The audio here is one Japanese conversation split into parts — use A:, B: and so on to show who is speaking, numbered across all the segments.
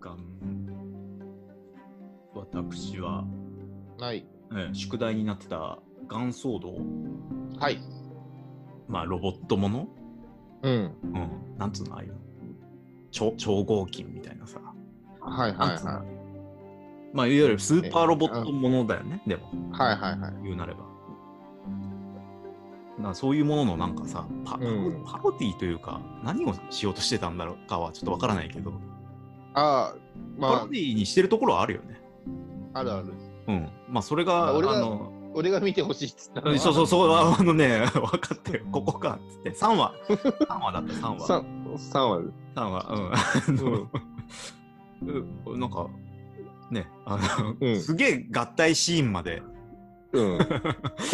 A: 間、私は、
B: はい。
A: ええ宿題になってた、ガンソード、
B: はい。
A: まあ、ロボットもの、
B: うん。
A: うん、なんつうの、ああいうの、超超合金みたいなさ、
B: はいはい
A: なんつうの、
B: は
A: まあ、いわゆるスーパーロボットものだよね、でも、
B: い。はいはいはい。
A: 言うなれば。なそういうもののなんかさパ
B: うん
A: パロディというか、何をしようとしてたんだろうかはちょっとわからないけど、
B: ああ、
A: パ
B: ま
A: ロディにしてるところはあるよね。
B: あ、あるある。
A: うん。まあ、それが、
B: あ俺が
A: あの、
B: 俺が見てほしいっつったのは
A: そうそう、そこは、あのね、 分かってよ、ここか、っつって、3話、3話だ った、3話。
B: さ三話です
A: 3話、うん。 あの、なんか、ね、あの、
B: うん
A: すげえ合体シーンまで
B: うん。凝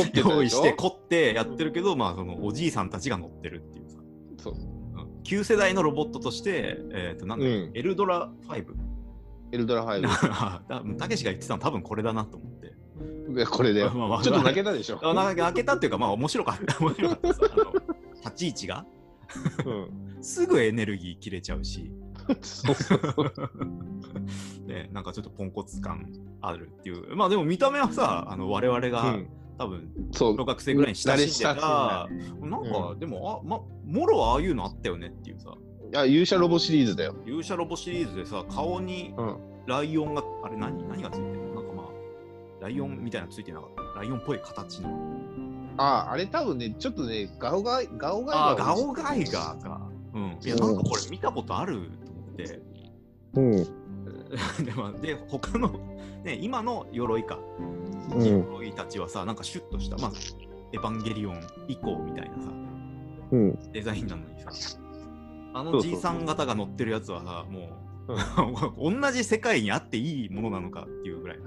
B: ってたでょ
A: 用意して、凝ってやってるけど、まあ、その、おじいさんたちが乗ってるっていうさ、
B: そう。
A: うん旧世代のロボットとして、えっ、と、なんだっけ、
B: うん
A: エルドラ 5?
B: エルドラ5。
A: あたけしが言ってたの多分これだなと思って。
B: でこれで。ち
A: まあま
B: ょ
A: あ
B: っと泣けたでしょ。
A: あなんか開けたっていうか、まあ面白か った。面白かったさあの立ち位置が
B: うん。
A: すぐエネルギー切れちゃうし、
B: そうそうそう。
A: ね、なんかちょっとポンコツ感あるっていう。まあでも見た目はさ、あの我々が、
B: うん
A: 多分
B: そう
A: 小。学生ぐらいに親しんでた、
B: 慣れ
A: なんか、
B: う
A: でもあ、ま、もろはああいうのあったよねっていうさ、
B: あ、勇者ロボシリーズだよ。
A: 勇者ロボシリーズでさ、顔に
B: うん。
A: ライオンが、あれ何何がついてるのなんかまあ、ライオンみたいなのついてなかった。ライオンっぽい形の。
B: ああ、あれ多分ね、ちょっとね、ガオガイ、ガオガイ
A: ああ、
B: が
A: ガオガイガーか。うん。いや、なんかこれ見たことあると思って。
B: うん。
A: でまあで他の、ね、今の鎧か、
B: うん
A: 鎧たちはさなんかシュッとした、まあ、エヴァンゲリオン以降みたいなさ
B: うん。
A: デザインなのにさあ
B: そ
A: の
B: うそう
A: じいさん方が乗ってるやつはさもう、 同じ世界にあっていいものなのかっていうぐらい、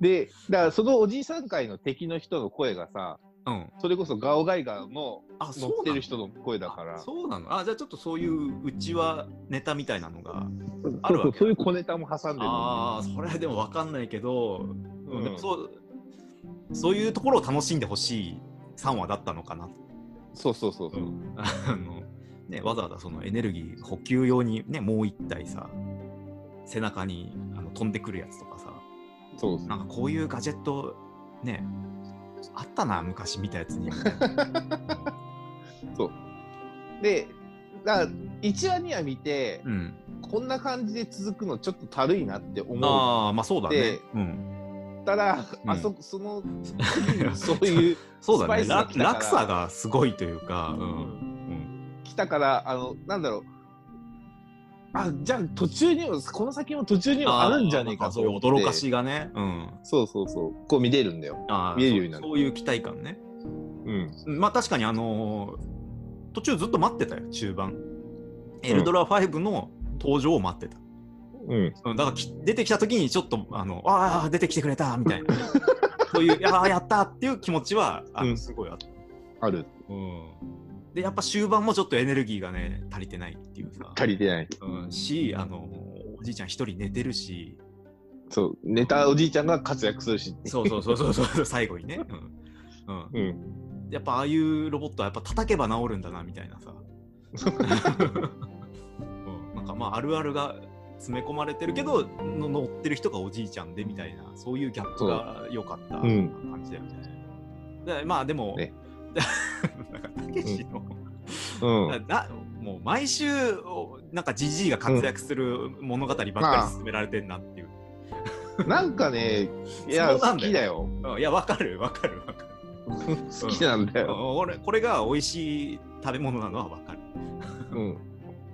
B: で、だからそのおじいさん界の敵の人の声がさ、
A: うん、
B: それこそガオガイガーの
A: あ
B: 乗ってる人の声だから、
A: あそうなのあじゃあちょっとそういううちはネタみたいなのがあ
B: そ
A: るわ
B: うそう
A: け
B: そういう小ネタも挟んでる
A: ああそれはでも分かんないけど、
B: うん
A: でもそうそういうところを楽しんでほしい3話だったのかなと。
B: そうそうそうそう、
A: あのね、わざわざそのエネルギー補給用に、ね、もう一体さ背中にあの飛んでくるやつとかさ
B: そうそう
A: なんかこういうガジェットねあったな昔見たやつ にみたいな
B: でだから1話2話見て、
A: うん、
B: こんな感じで続くのちょっとたるいなって思
A: ああまあそうだね
B: で、
A: うん、
B: ったら、
A: うん
B: あそそのそういう、
A: そうだね
B: スパイスが
A: ら
B: 来たから
A: 落差がすごいというか、うん
B: 来たからあのなんだろうあじゃあ途中にもこの先も途中にもあるんじゃねえか
A: あー
B: と
A: そうい
B: 思
A: う
B: って
A: 驚かしがね、うん、
B: そうそうそうこう見れるんだよ
A: あー
B: 見えるようになる
A: そうそういう期待感ね
B: うん
A: まあ確かにあのー途中ずっと待ってたよ中盤エルドラ5の登場を待ってた、
B: うん
A: うん、だからき出てきた時にちょっとあのあー出てきてくれたみたいなそう いうやーやったっていう気持ちはあの
B: うん
A: すごいあった、
B: ある
A: うんでやっぱ終盤もちょっとエネルギーがね足りてないっていうさ、
B: 足りてない
A: うん、しあのおじいちゃん一人寝てるし
B: そうネタおじいちゃんが活躍するし
A: そうそうそうそうそう 最後にね、うんうん、
B: うん
A: やっぱああいうロボットはやっぱ叩けば治るんだなみたいなさ、うん、なんかまああるあるが詰め込まれてるけどの乗ってる人がおじいちゃんでみたいなそういうギャップが良かった
B: うん
A: 感じだよね。でまあでも、
B: ね
A: なんかたけしの、
B: うん
A: なもう毎週なんかじじいが活躍する物語ばっかり進められてんなっていう。
B: なんかね、いや、
A: そうな
B: 好
A: んだよ
B: きだよ。
A: うんいやわかるわかるわかる。
B: 好きなんだ
A: うん
B: よ。
A: 俺これが美味しい食べ物なのはわかる。
B: うん。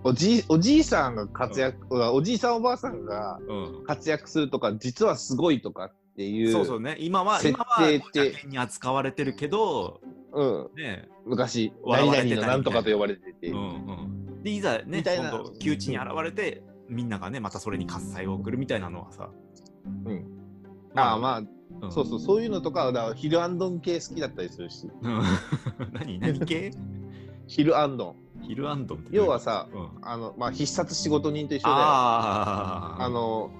B: おじい、おじいさんが活躍、おじいさんおばあさんが
A: うん
B: 活躍するとか、実はすごいとかっていう、
A: そうそうね、今は、
B: 設
A: 今は
B: 定って
A: 邪険に扱われてるけど、
B: うん。
A: ね、
B: 昔、
A: 笑
B: 何
A: わ
B: 々
A: れてた
B: のなんとかと呼ばれてて。
A: うんうん。で、いざね、
B: みたいな
A: 今度、窮地に現れて、みんながね、またそれに喝采を送るみたいなのはさ、
B: うんああ、
A: あ、
B: ま
A: う
B: あ、
A: ん
B: そうそう、そういうのとかは、だからヒルアンドン系好きだったりするし、
A: うん。 何、何系
B: ヒルアンドン。
A: ヒルアンドンって。
B: 要は、さ、
A: うん、
B: あの、まあ、必殺仕事人と一緒で、あ
A: ああ、
B: の、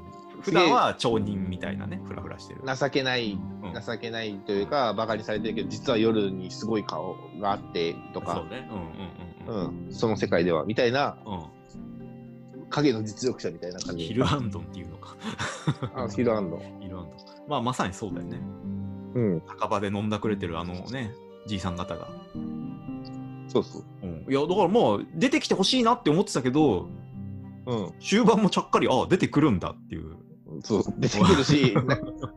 A: 普段は町人みたいなね、ふらふらしてる。
B: 情けない
A: うん
B: 情けないというか、バカにされてるけど実は夜にすごい顔があってと
A: そ
B: か
A: うね。うんうん
B: そ,、
A: うんうん。
B: うん、その世界ではみたいな
A: うん
B: 影の実力者みたいな感じ
A: ヒルアンドンっていうのか。
B: あヒルアンド
A: ヒルアンドン。まあ、まさにそうだよね。
B: うん
A: 酒場で飲んだくれてるあのね、じいさん方が。
B: そうそう
A: うん、いや、だからまあ、出てきてほしいなって思ってたけど、
B: うん
A: 終盤もちゃっかり、あ出てくるんだっていう。
B: そう出てく るしな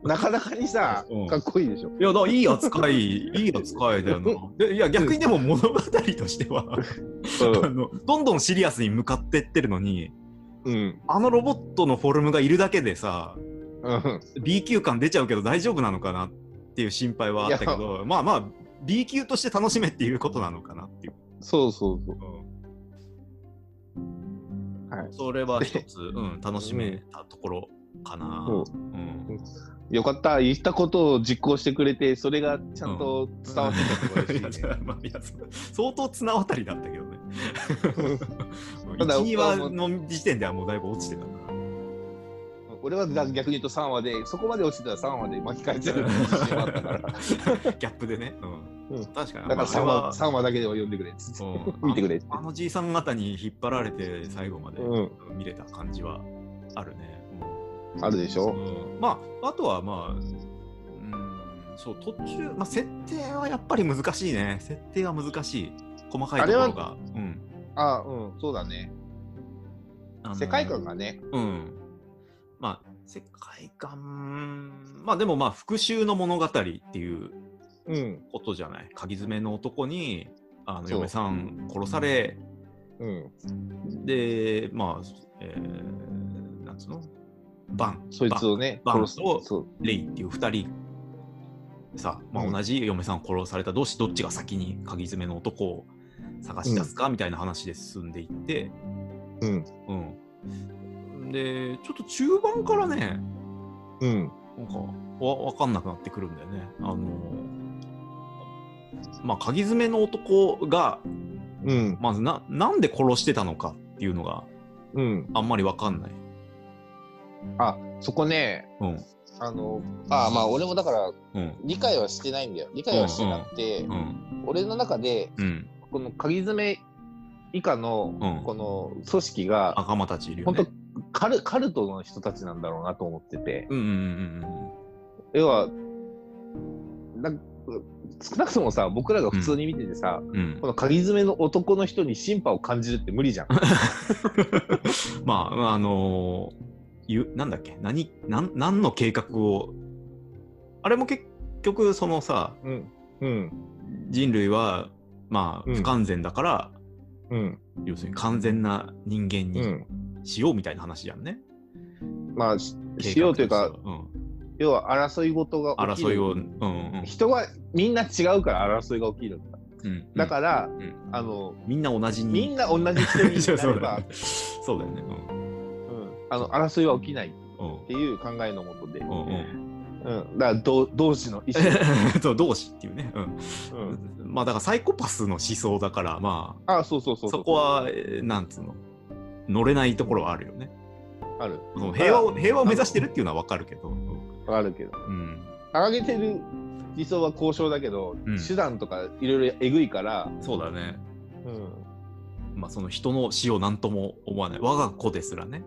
B: なかなかにさ
A: うん
B: かっこいいでしょ
A: いや、だからいい扱 い、いい扱いだよな。でいや、逆にでも物語としては、あの、どんどんシリアスに向かってってるのに、
B: うん
A: あのロボットのフォルムがいるだけでさ、
B: うん、
A: B 級感出ちゃうけど大丈夫なのかなっていう心配はあったけど、まあまあ、B 級として楽しめっていうことなのかなっていう。
B: そうそうそう
A: うん
B: はい
A: それは一 つ、うん、楽しめたところかな。
B: そう
A: うん
B: よかった言ったことを実行してくれてそれがちゃんと伝わってたところ
A: い
B: で
A: や
B: す
A: じ
B: ね
A: ゃあまあいや そ相当綱渡りだったけどね。
B: ただ
A: 1、2話の時点ではもうだいぶ落ちてたから。
B: 俺は逆に言うと3話でそこまで落ちてたら3話で巻き返せる自信はあ ったからだか
A: ギャップでね。うん
B: うん
A: 確かに。ま
B: ら
A: あ
B: 3話 ,3 話だけでは読んでくれっつって
A: うん
B: 見てくれって
A: あのじいさん方に引っ張られて最後まで
B: うん
A: 見れた感じはあるね。
B: あるでし
A: う
B: ょ
A: んまあ、あとはまあ、うん、そう、途中、まあ、設定はやっぱり難しいね。設定は難しい。細かいところが。うん
B: あうんそうだね
A: あの
B: 世界観がね
A: うん。まあ、世界観、まあでもまあ、復讐の物語っていう
B: うん
A: ことじゃない。鍵爪の男に、あの
B: そう
A: 嫁さん殺され、
B: うん
A: で、まあ、えー、なんつうのバン、
B: そいつをね
A: バン
B: 殺す
A: バンと
B: そう
A: バンレイっていう二人、さまあ、
B: うん
A: 同じ嫁さん殺された同士、どっちが先に鍵爪の男を探し出すかみたいな話で進んでいって、
B: うん
A: うん。で、ちょっと中盤からね、
B: うん
A: なんかわわかんなくなってくるんだよね。あのまあ鍵爪の男が
B: うん
A: まずななんで殺してたのかっていうのが
B: うん
A: あんまりわかんない。
B: あそこね
A: うん
B: あのあまあ俺もだから
A: うん
B: 理解はしてないんだよ理解はしてなくて、
A: うん
B: 俺の中で
A: うん
B: この鍵爪以下
A: うん
B: のこの組織が
A: 仲間たちいるよ
B: 本当
A: ね。
B: カルカルトの人たちなんだろうなと思ってて
A: うんうんうんうん
B: 要はなん少なくともさ僕らが普通に見ててさ、
A: うんうん
B: この鍵爪の男の人に審判を感じるって無理じゃん
A: まああのーゆなんだっけ何なん何の計画をあれも結局そのさ
B: うんうん
A: 人類はまあ
B: うん
A: 不完全だから、
B: うん
A: 要するに完全な人間
B: う
A: に
B: ん
A: しようみたいな話じゃんね。
B: まあし
A: 計画
B: しようという
A: し
B: か
A: てはうん
B: 要は争い事が起き
A: 争
B: る
A: いを、うんうん
B: 人はみんな違うから争いが起きるんだ
A: うん、
B: だから、
A: ん
B: あの
A: らみんな同じに
B: みんな同じ人に
A: そう
B: な
A: そ
B: れ
A: うだ
B: ば
A: よねそうだよね
B: うんあの争いは起きないっ
A: うんうん
B: ていう考えのもとで、う、
A: うんうん
B: だから同同志の意思、
A: ん そう同志っていうね、うん
B: うん、
A: まあだからサイコパスの思想だからまあ
B: あそうそうそう
A: そこはえーなんつうの乗れないところはあるよね
B: ある
A: その平和を平和を目指してるっていうのはわかるけどうん
B: あるけど
A: うん
B: 掲げてる理想は交渉だけど、
A: うん
B: 手段とかいろいろえぐいから、
A: そうだね
B: うん、
A: まあその人の死を何とも思わない我が子ですらね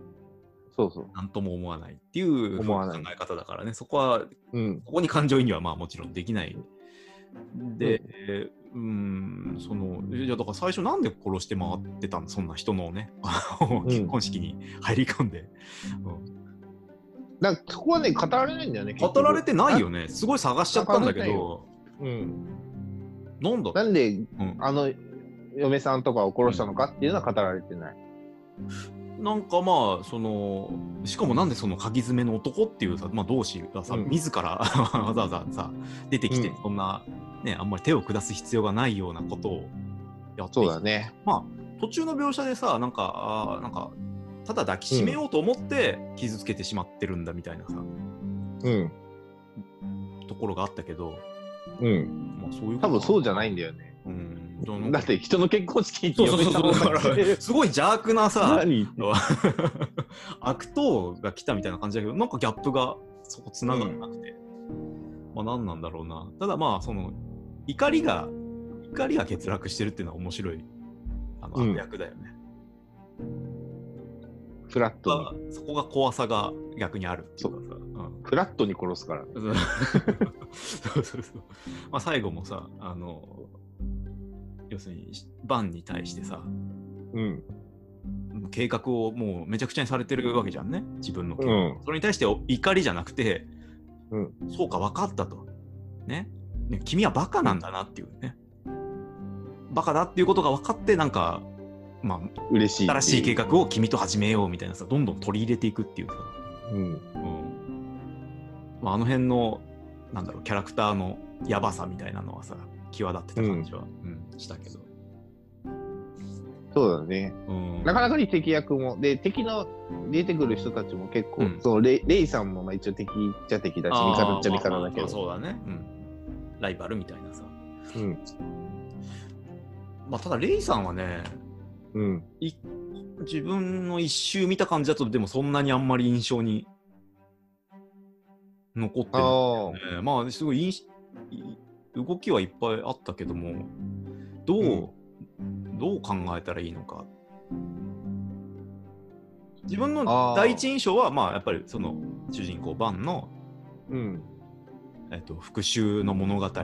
B: そうそう、
A: 何とも思わないっていう
B: 思わ
A: 考
B: ない
A: え方だからねそこは
B: うん、
A: ここに感情移入はまあもちろんできない。で、うん、その、いやだから最初なんで殺して回ってたのそんな人のね、あの
B: うん
A: 結婚式に入り込んで。
B: だからそこはね語られないんだよね結局
A: 語られてないよね。すごい探しちゃったんだけど、
B: な,、うん、
A: なんだ
B: なんで
A: うん
B: あの嫁さんとかを殺したのかっていうのは語られてない、
A: なんかまあ、その、しかもなんでその鍵爪の男っていうさ、まあ同志がさ、
B: うん
A: 自ら わざわざさ、出てきて
B: うん、
A: そんな、ね、あんまり手を下す必要がないようなことをやって
B: そ
A: いうた
B: だね
A: まあ、途中の描写でさ、なんか、あーなんか、ただ抱きしめようと思って傷つけてしまってるんだみたいなさ、
B: うん
A: ところがあったけど、
B: うん
A: まあそういう。
B: 多分そうじゃないいんだよね
A: うん。じゃあなんか
B: だっ、て人の結婚式
A: そ
B: に
A: うそうそ
B: 嫁さんを
A: う、だか
B: 抱きしめ
A: ら、
B: る
A: すごい邪悪なさ、
B: 何
A: 悪党が来たみたいな感じだけど、なんかギャップがそこ繋がらなくて、まあ何なんだろうな。ただまあ、その、怒りが、怒りが欠落してるっていうのは面白い、あの、
B: うん
A: 悪役だよね。
B: フラットに
A: がそこが怖さが逆にあるっていうかさ。うん
B: フラットに殺すから
A: そう そうそうそう。まあ最後もさ、あの、要するに、バンに対してさ、
B: うん
A: 計画をもうめちゃくちゃにされてるわけじゃんね、自分の計画。
B: うん
A: それに対して怒りじゃなくて、
B: うん
A: そうか、分かったと。ねね君はバカなんだなっていうね。バカだっていうことが分かって、なんか、まあ、
B: 嬉しいって
A: 新
B: う
A: しい計画を君と始めようみたいなさどんどん取り入れていくっていうさ、
B: うん
A: うんまあ、あの辺のなんだろうキャラクターのやばさみたいなのはさ際立ってた感じは、うんしたけど、
B: そうだね
A: うん、
B: なかなかに敵役もで敵の出てくる人たちも結
A: う
B: 構、
A: ん
B: そのレイレイさんもまあ一応敵っちゃ敵だし味方っちゃ味
A: あーまあ
B: 方
A: まあ
B: だけど、
A: そうだね、うん、ライバルみたいなさ、
B: うん
A: まあ、ただレイさんはね
B: うん
A: い自分の一周見た感じだとでもそんなにあんまり印象に残って
B: あ
A: ない
B: あ
A: ねまあすごい印い動きはいっぱいあったけどもどう、どう考えたらいいのか自分の
B: あー
A: 第一印象はまあやっぱりその主人公バンの、
B: うん
A: えっと復讐の物語って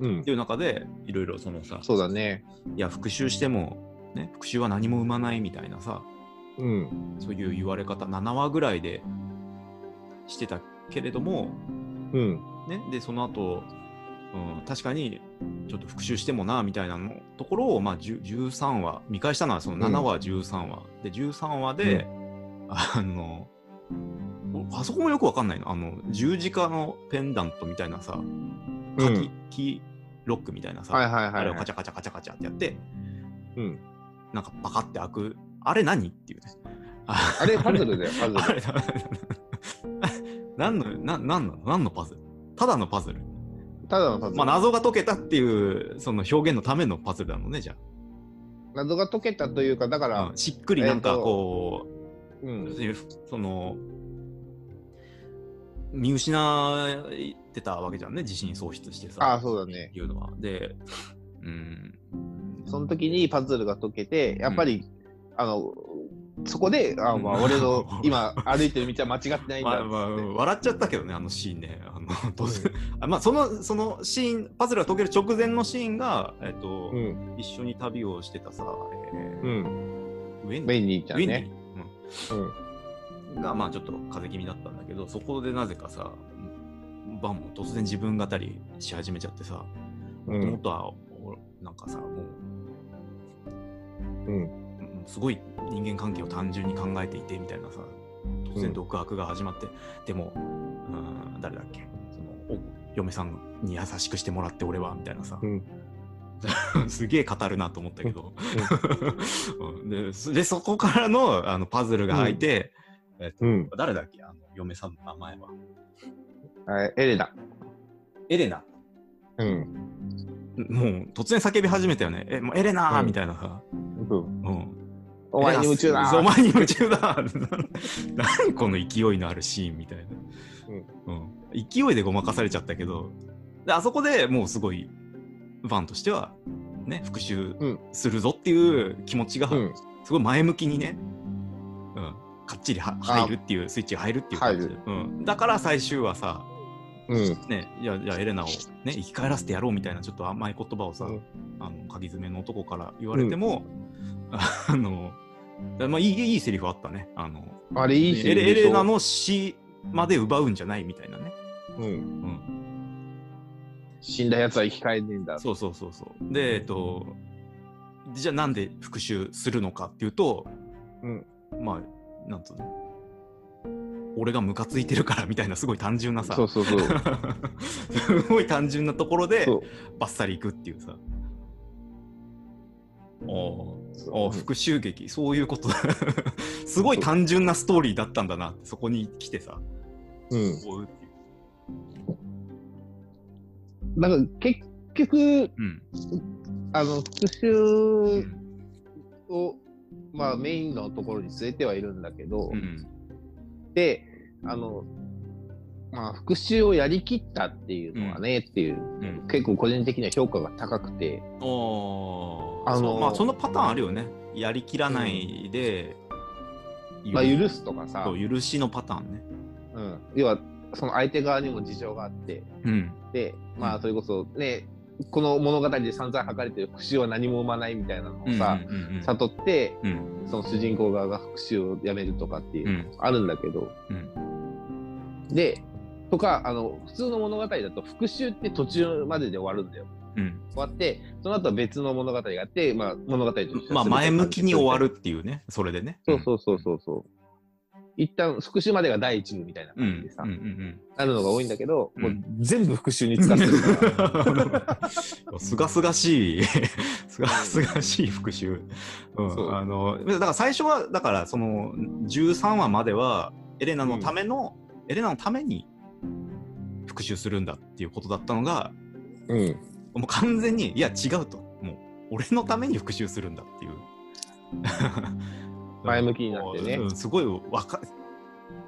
B: うん
A: いう中でいろいろそのさ
B: そうだね
A: いや復讐しても、ね、復讐は何も生まないみたいなさ
B: うん
A: そういう言われ方7話ぐらいでしてたけれども
B: うん
A: ね、でその後、うん、確かにちょっと復習してもなみたいなのところを、まあ、10 13話見返したのはその7話、13話で13話で、あのあそこもよくわかんないのあの十字架のペンダントみたいなさ
B: う
A: カキ、
B: ん
A: キーロックみたいなさ、
B: はいはいは
A: あ
B: い
A: れ
B: は
A: を
B: い
A: カチャカチャカチャカチャってやって
B: うん
A: なんかパカって開くあれ何っていうねあ
B: あれパズルだよパズル
A: あれだ何のな何なの何のパズルただのパズル
B: ただのパズル、
A: まあ、謎が解けたっていうその表現のためのパズルなのねじゃ
B: 謎が解けたというかだか
A: あ、
B: ら
A: うん、しっくりなんかこ
B: う
A: う、要
B: ん
A: するにその見失ってたわけじゃんね自信喪失してさ
B: ああそうだね
A: いうのはでうん
B: その時にパズルが解けてやっぱり、あのそこであ、まあ、
A: うん
B: 俺の今歩いてる道は間違ってないんだっ
A: ま
B: つ
A: あ
B: って、
A: まあ、笑っちゃったけどねあのシーンねあの突然あまあそのそのシーンパズルが解ける直前のシーンが、えっと
B: うん
A: 一緒に旅をしてたさ、え
B: うん
A: ーウェンデ
B: メ
A: ィ
B: インにいちゃ
A: ウ
B: う
A: ェンデ
B: ね
A: ィ、うん、
B: うん
A: がまあちょっと風邪気味だったんだけどそこでなぜかさバンも突然自分語りし始めちゃってさ
B: う
A: も
B: ん
A: ともとはおなんかさもう
B: うん
A: うんすごい人間関係を単純に考えていてみたいなさ突然独白が始まって、でもうん誰だっけそのお嫁さんに優しくしてもらって俺はみたいなさ、
B: う
A: すげえ語るなと思ったけど、 うんでそでそこからのあのパズルが開いて、
B: うん
A: 誰だっけあの嫁さんの名前は
B: あエレナ
A: エレナ
B: うん
A: もう突然叫び始めたよね。え、もうエレナー
B: うん
A: みたいなさ。
B: うん
A: うん。
B: お前に夢中だ
A: そうお前に夢中だ 何この勢いのあるシーンみたいな。うん。勢いでごまかされちゃったけど、であそこでもうすごい、ファンとしては、ね、復
B: うん
A: 讐するぞっていう気持ちが、
B: うん
A: すごい前向きにね、うん。かっちりは入るっていう、スイッチが入るっていう感じで。うん。だから最終はさ、
B: うん
A: ね、いやじゃあエレナを、ね、生き返らせてやろうみたいなちょっと甘い言葉をさ、
B: うん
A: あの鍵爪の男から言われても、あのまあいいいいセリフあったねあの
B: あれいいし
A: エレエレナの死まで奪うんじゃないみたいなね、
B: うん
A: うん、
B: 死んだやつは生き返んねえんだ
A: そうそうそうそうでえっとじゃあなんで復讐するのかっていうと、
B: うん
A: まあなんつうの俺がムカついてるからみたいなすごい単純なさ
B: そうそうそう
A: すごい単純なところで
B: そう
A: バッサリいくっていうさ。お
B: そう
A: お復讐劇そういうことだすごい単純なストーリーだったんだなってそこに来てさ
B: うん
A: 思うっていう
B: なんか結局
A: うん
B: あの復讐をまあメインのところに据えてはいるんだけど、
A: うん
B: で、あの、まあ、復讐をやりきったっていうのはね、っていう、
A: うん
B: 結構個人的には評価が高くて、
A: おー
B: あのー
A: そうまあそのパターンあるよねやりきらないで、許
B: まあ、許すとかさ、
A: そう許しのパターンね。
B: うん、要はその相手側にも事情があって
A: うん。
B: でま
A: う
B: あ
A: ん
B: それこそねこの物語で散々書かれてる復讐は何も生まないみたいなのをさ、
A: うんうんうん
B: 悟って
A: うん
B: その主人公側が復讐をやめるとかっていう、
A: うん
B: あるんだけどでとかあの普通の物語だと復讐って途中までで終わるんだよ
A: うん
B: 終わってその後は別の物語があって、まあ、物語としては全て
A: まあ前向きに終わ
B: 完結す
A: るっていうね、それでね。
B: るそうそうそうそうそう一旦復讐までが第一部みたいな
A: うん。う
B: 感
A: ん
B: じでさ、
A: うんうん
B: なるのが多いんだけど、
A: うん
B: もう全部復讐に使ってる から
A: うん。 すがすがしい、 すがすがしい復讐。うん
B: そう
A: あのだから最初は、だからその13話までは、エレナのための、エレナのために復讐するんだっていうことだったのが、
B: うん、
A: もう完全に、いや違うと、もう俺のために復讐するんだっていう。
B: 前向きになってね
A: もううんすごいわか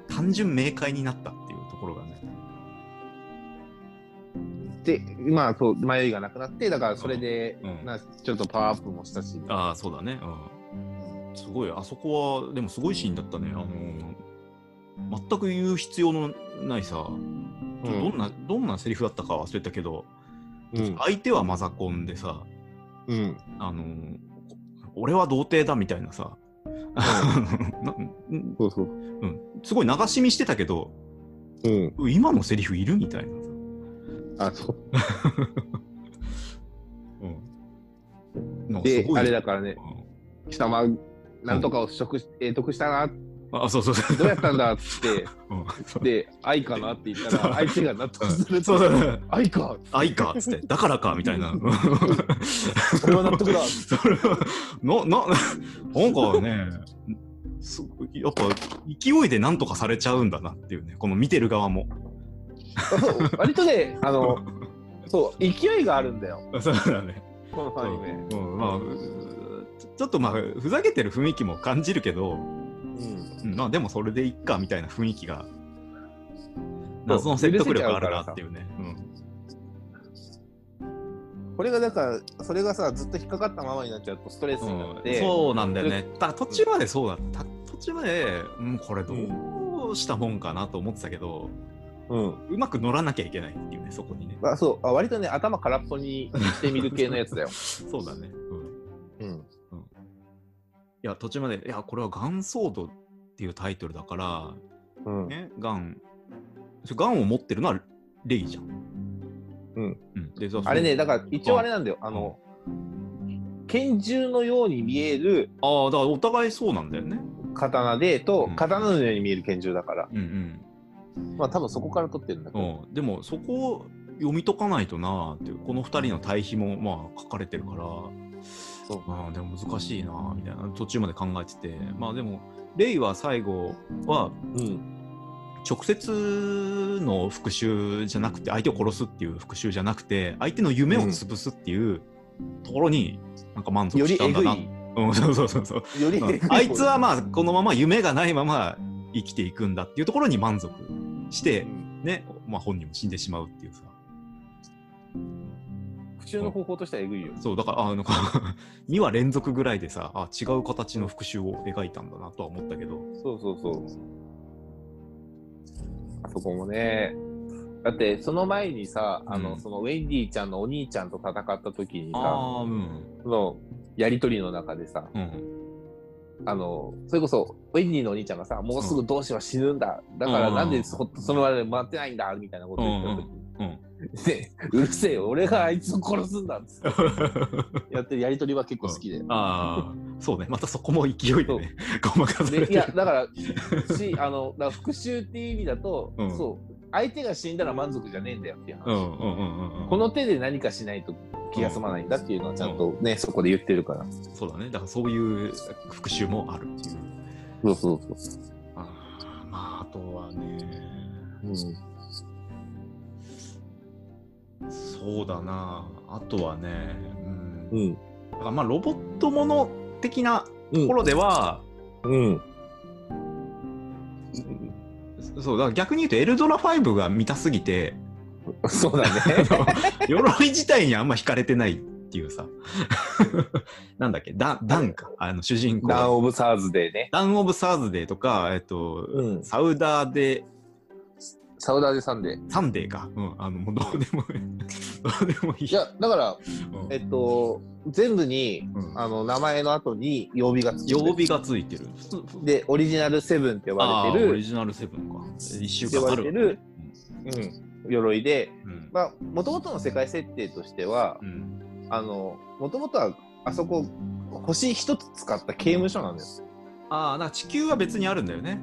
A: 単純明快になったっていうところがね。
B: でまあそう迷いがなくなってだからそれで、
A: うん
B: なちょっとパワーアップもしたし
A: ああ、そうだね。うん。すごい、あそこは、でもすごいシーンだったね。あの、全く言う必要のないさ、
B: う
A: ど
B: ん
A: んな、どんなセリフだったか忘れたけど、
B: うん
A: 相手はマザコンでさ、
B: うん
A: あの、俺は童貞だみたいなさ、 なん
B: そうそう
A: すごい流し見してたけど、
B: うん
A: 今のセリフいるみたいなさ。
B: あそう
A: うん。なんかす
B: で
A: ごい
B: あれだからね
A: うん
B: 貴様なんとかを取得し得得したな
A: あ、そうそうそう。
B: どうやったんだっつって
A: うんそう
B: で「愛かな」って言ったら相手が納得する
A: そうそうそう。
B: 愛か
A: 愛かっつって、だからかみたい な。
B: それは納得だ
A: それは、な、な、なんかね、すごいやっぱ勢いでなんとかされちゃうんだなっていうね、この見てる側も。
B: そう割とねあのそう勢いがあるんだよ
A: そうだね。
B: このアニメ
A: うん、まあ、うちょちょっとまあ、ふざけてる雰囲気も感じるけど、
B: うん
A: うんまあでもそれでいっかみたいな雰囲気が、謎の説得力あるなっていうね。うん
B: これがだからそれがさずっと引っかかったままになっちゃうとストレスになっ
A: うん
B: て、
A: そうなんだよね。ただ途中までそうだった。途中まで、うん、これどうしたもんかなと思ってたけど、
B: うん
A: うまく乗らなきゃいけないっていうね、そこにね。
B: あそうあ割とね頭空っぽにしてみる系のやつだよ。
A: そうだね。 うん、い
B: うん、
A: や、途中まで、いや、これはガンソードっていうタイトルだから、
B: うん
A: ね、ガン、それガンを持ってるのはレイじゃん。
B: うん。
A: うん、でそう
B: あれねだから一応あれなんだよあの拳銃のように見える
A: ああ、だからお互いそうなんだよね。
B: 刀でと
A: うん
B: 刀のように見える拳銃だから
A: うん
B: まあ多分そこから取ってるんだけ
A: う
B: ど、
A: ん。うん、でも、そこを読み解かないとなあっていう、この二人の対比もまあ書かれてるから、
B: そう
A: ああでも難しいなあみたいな、途中まで考えてて、まあでも、レイは最後は、
B: うん
A: 直接の復讐じゃなくて相手を殺すっていう復讐じゃなくて相手の夢を潰すっていうところになんか満足
B: より
A: したん
B: え
A: だ
B: ぐい
A: な、うん、そうそうそう そう
B: よりえぐい
A: あいつはまあこのまま夢がないまま生きていくんだっていうところに満足して
B: うん
A: ね、まあ、本人も死んでしまうっていうさ
B: 復讐の方法としてはえぐいよ。
A: そうだから あなんか2話連続ぐらいでさあ違う形の復讐を描いたんだなとは思ったけど
B: そうそうそう。あそこもね。だってその前にさ、あの、
A: うん
B: そのウェンディちゃんのお兄ちゃんと戦った時にさ、
A: ああうん
B: そのやりとりの中でさ、
A: うん
B: あの、それこそ、ウェンディのお兄ちゃんがさ、もうすぐ同志は死ぬんだ。だから
A: うん
B: なんでそその場で待ってないんだみたいなこと言った時
A: うん
B: に、 で、うるせえよ、俺があいつを殺すんだっつってやってるやりとりは結構好きで。
A: ああそうねまたそこも勢いでねごまかされ
B: でい
A: て
B: や、
A: る
B: だから、し、あの、だから復讐っていう意味だと、
A: うん
B: そう、相手が死んだら満足じゃねえんだよっていう話。
A: うんうんうんうんうん
B: この手で何かしないと気が済まないんだっていうのはちゃんとね、そこで言ってるから。
A: そうだねだからそういう復讐もあるっていう
B: そうそうそ
A: あまああとはね
B: う。うん
A: そうだなあとはねうん
B: う
A: だ
B: ん。
A: からまあロボットもの的な
B: うん
A: ところでは、
B: うん。
A: そうだから逆に言うとエルドラ5が見たすぎて
B: そうだね。
A: 鎧自体にあんま惹かれてないっていうさ、 なんだっけ、ダンダンか、あの主人公。
B: ダン・オブ・サーズデーね。
A: ダン・オブ・サーズデーとか、えっと、
B: うん。
A: サウダーで
B: サウダーデ・サンデー。
A: サンデーか。うん、あの、もうどうでもいい。どうでもいい。
B: いや、だから、
A: うん
B: えっと、全部に、
A: うん
B: あの、名前の後に曜日がついてる
A: 曜日がついてる。
B: で、オリジナルセブンって呼
A: あ
B: ば
A: ーオ
B: れ
A: リ
B: て
A: ジナルセブンか。一週
B: 呼
A: 間
B: ば
A: ある
B: れて
A: わね。
B: るる、うん、鎧で、
A: うん。
B: まあ、もともとの世界設定としては、
A: うん。
B: あの、もともとは、あそこ、星一つ使った刑務所なんです。
A: ああ、なんか地球は別にあるんだよね。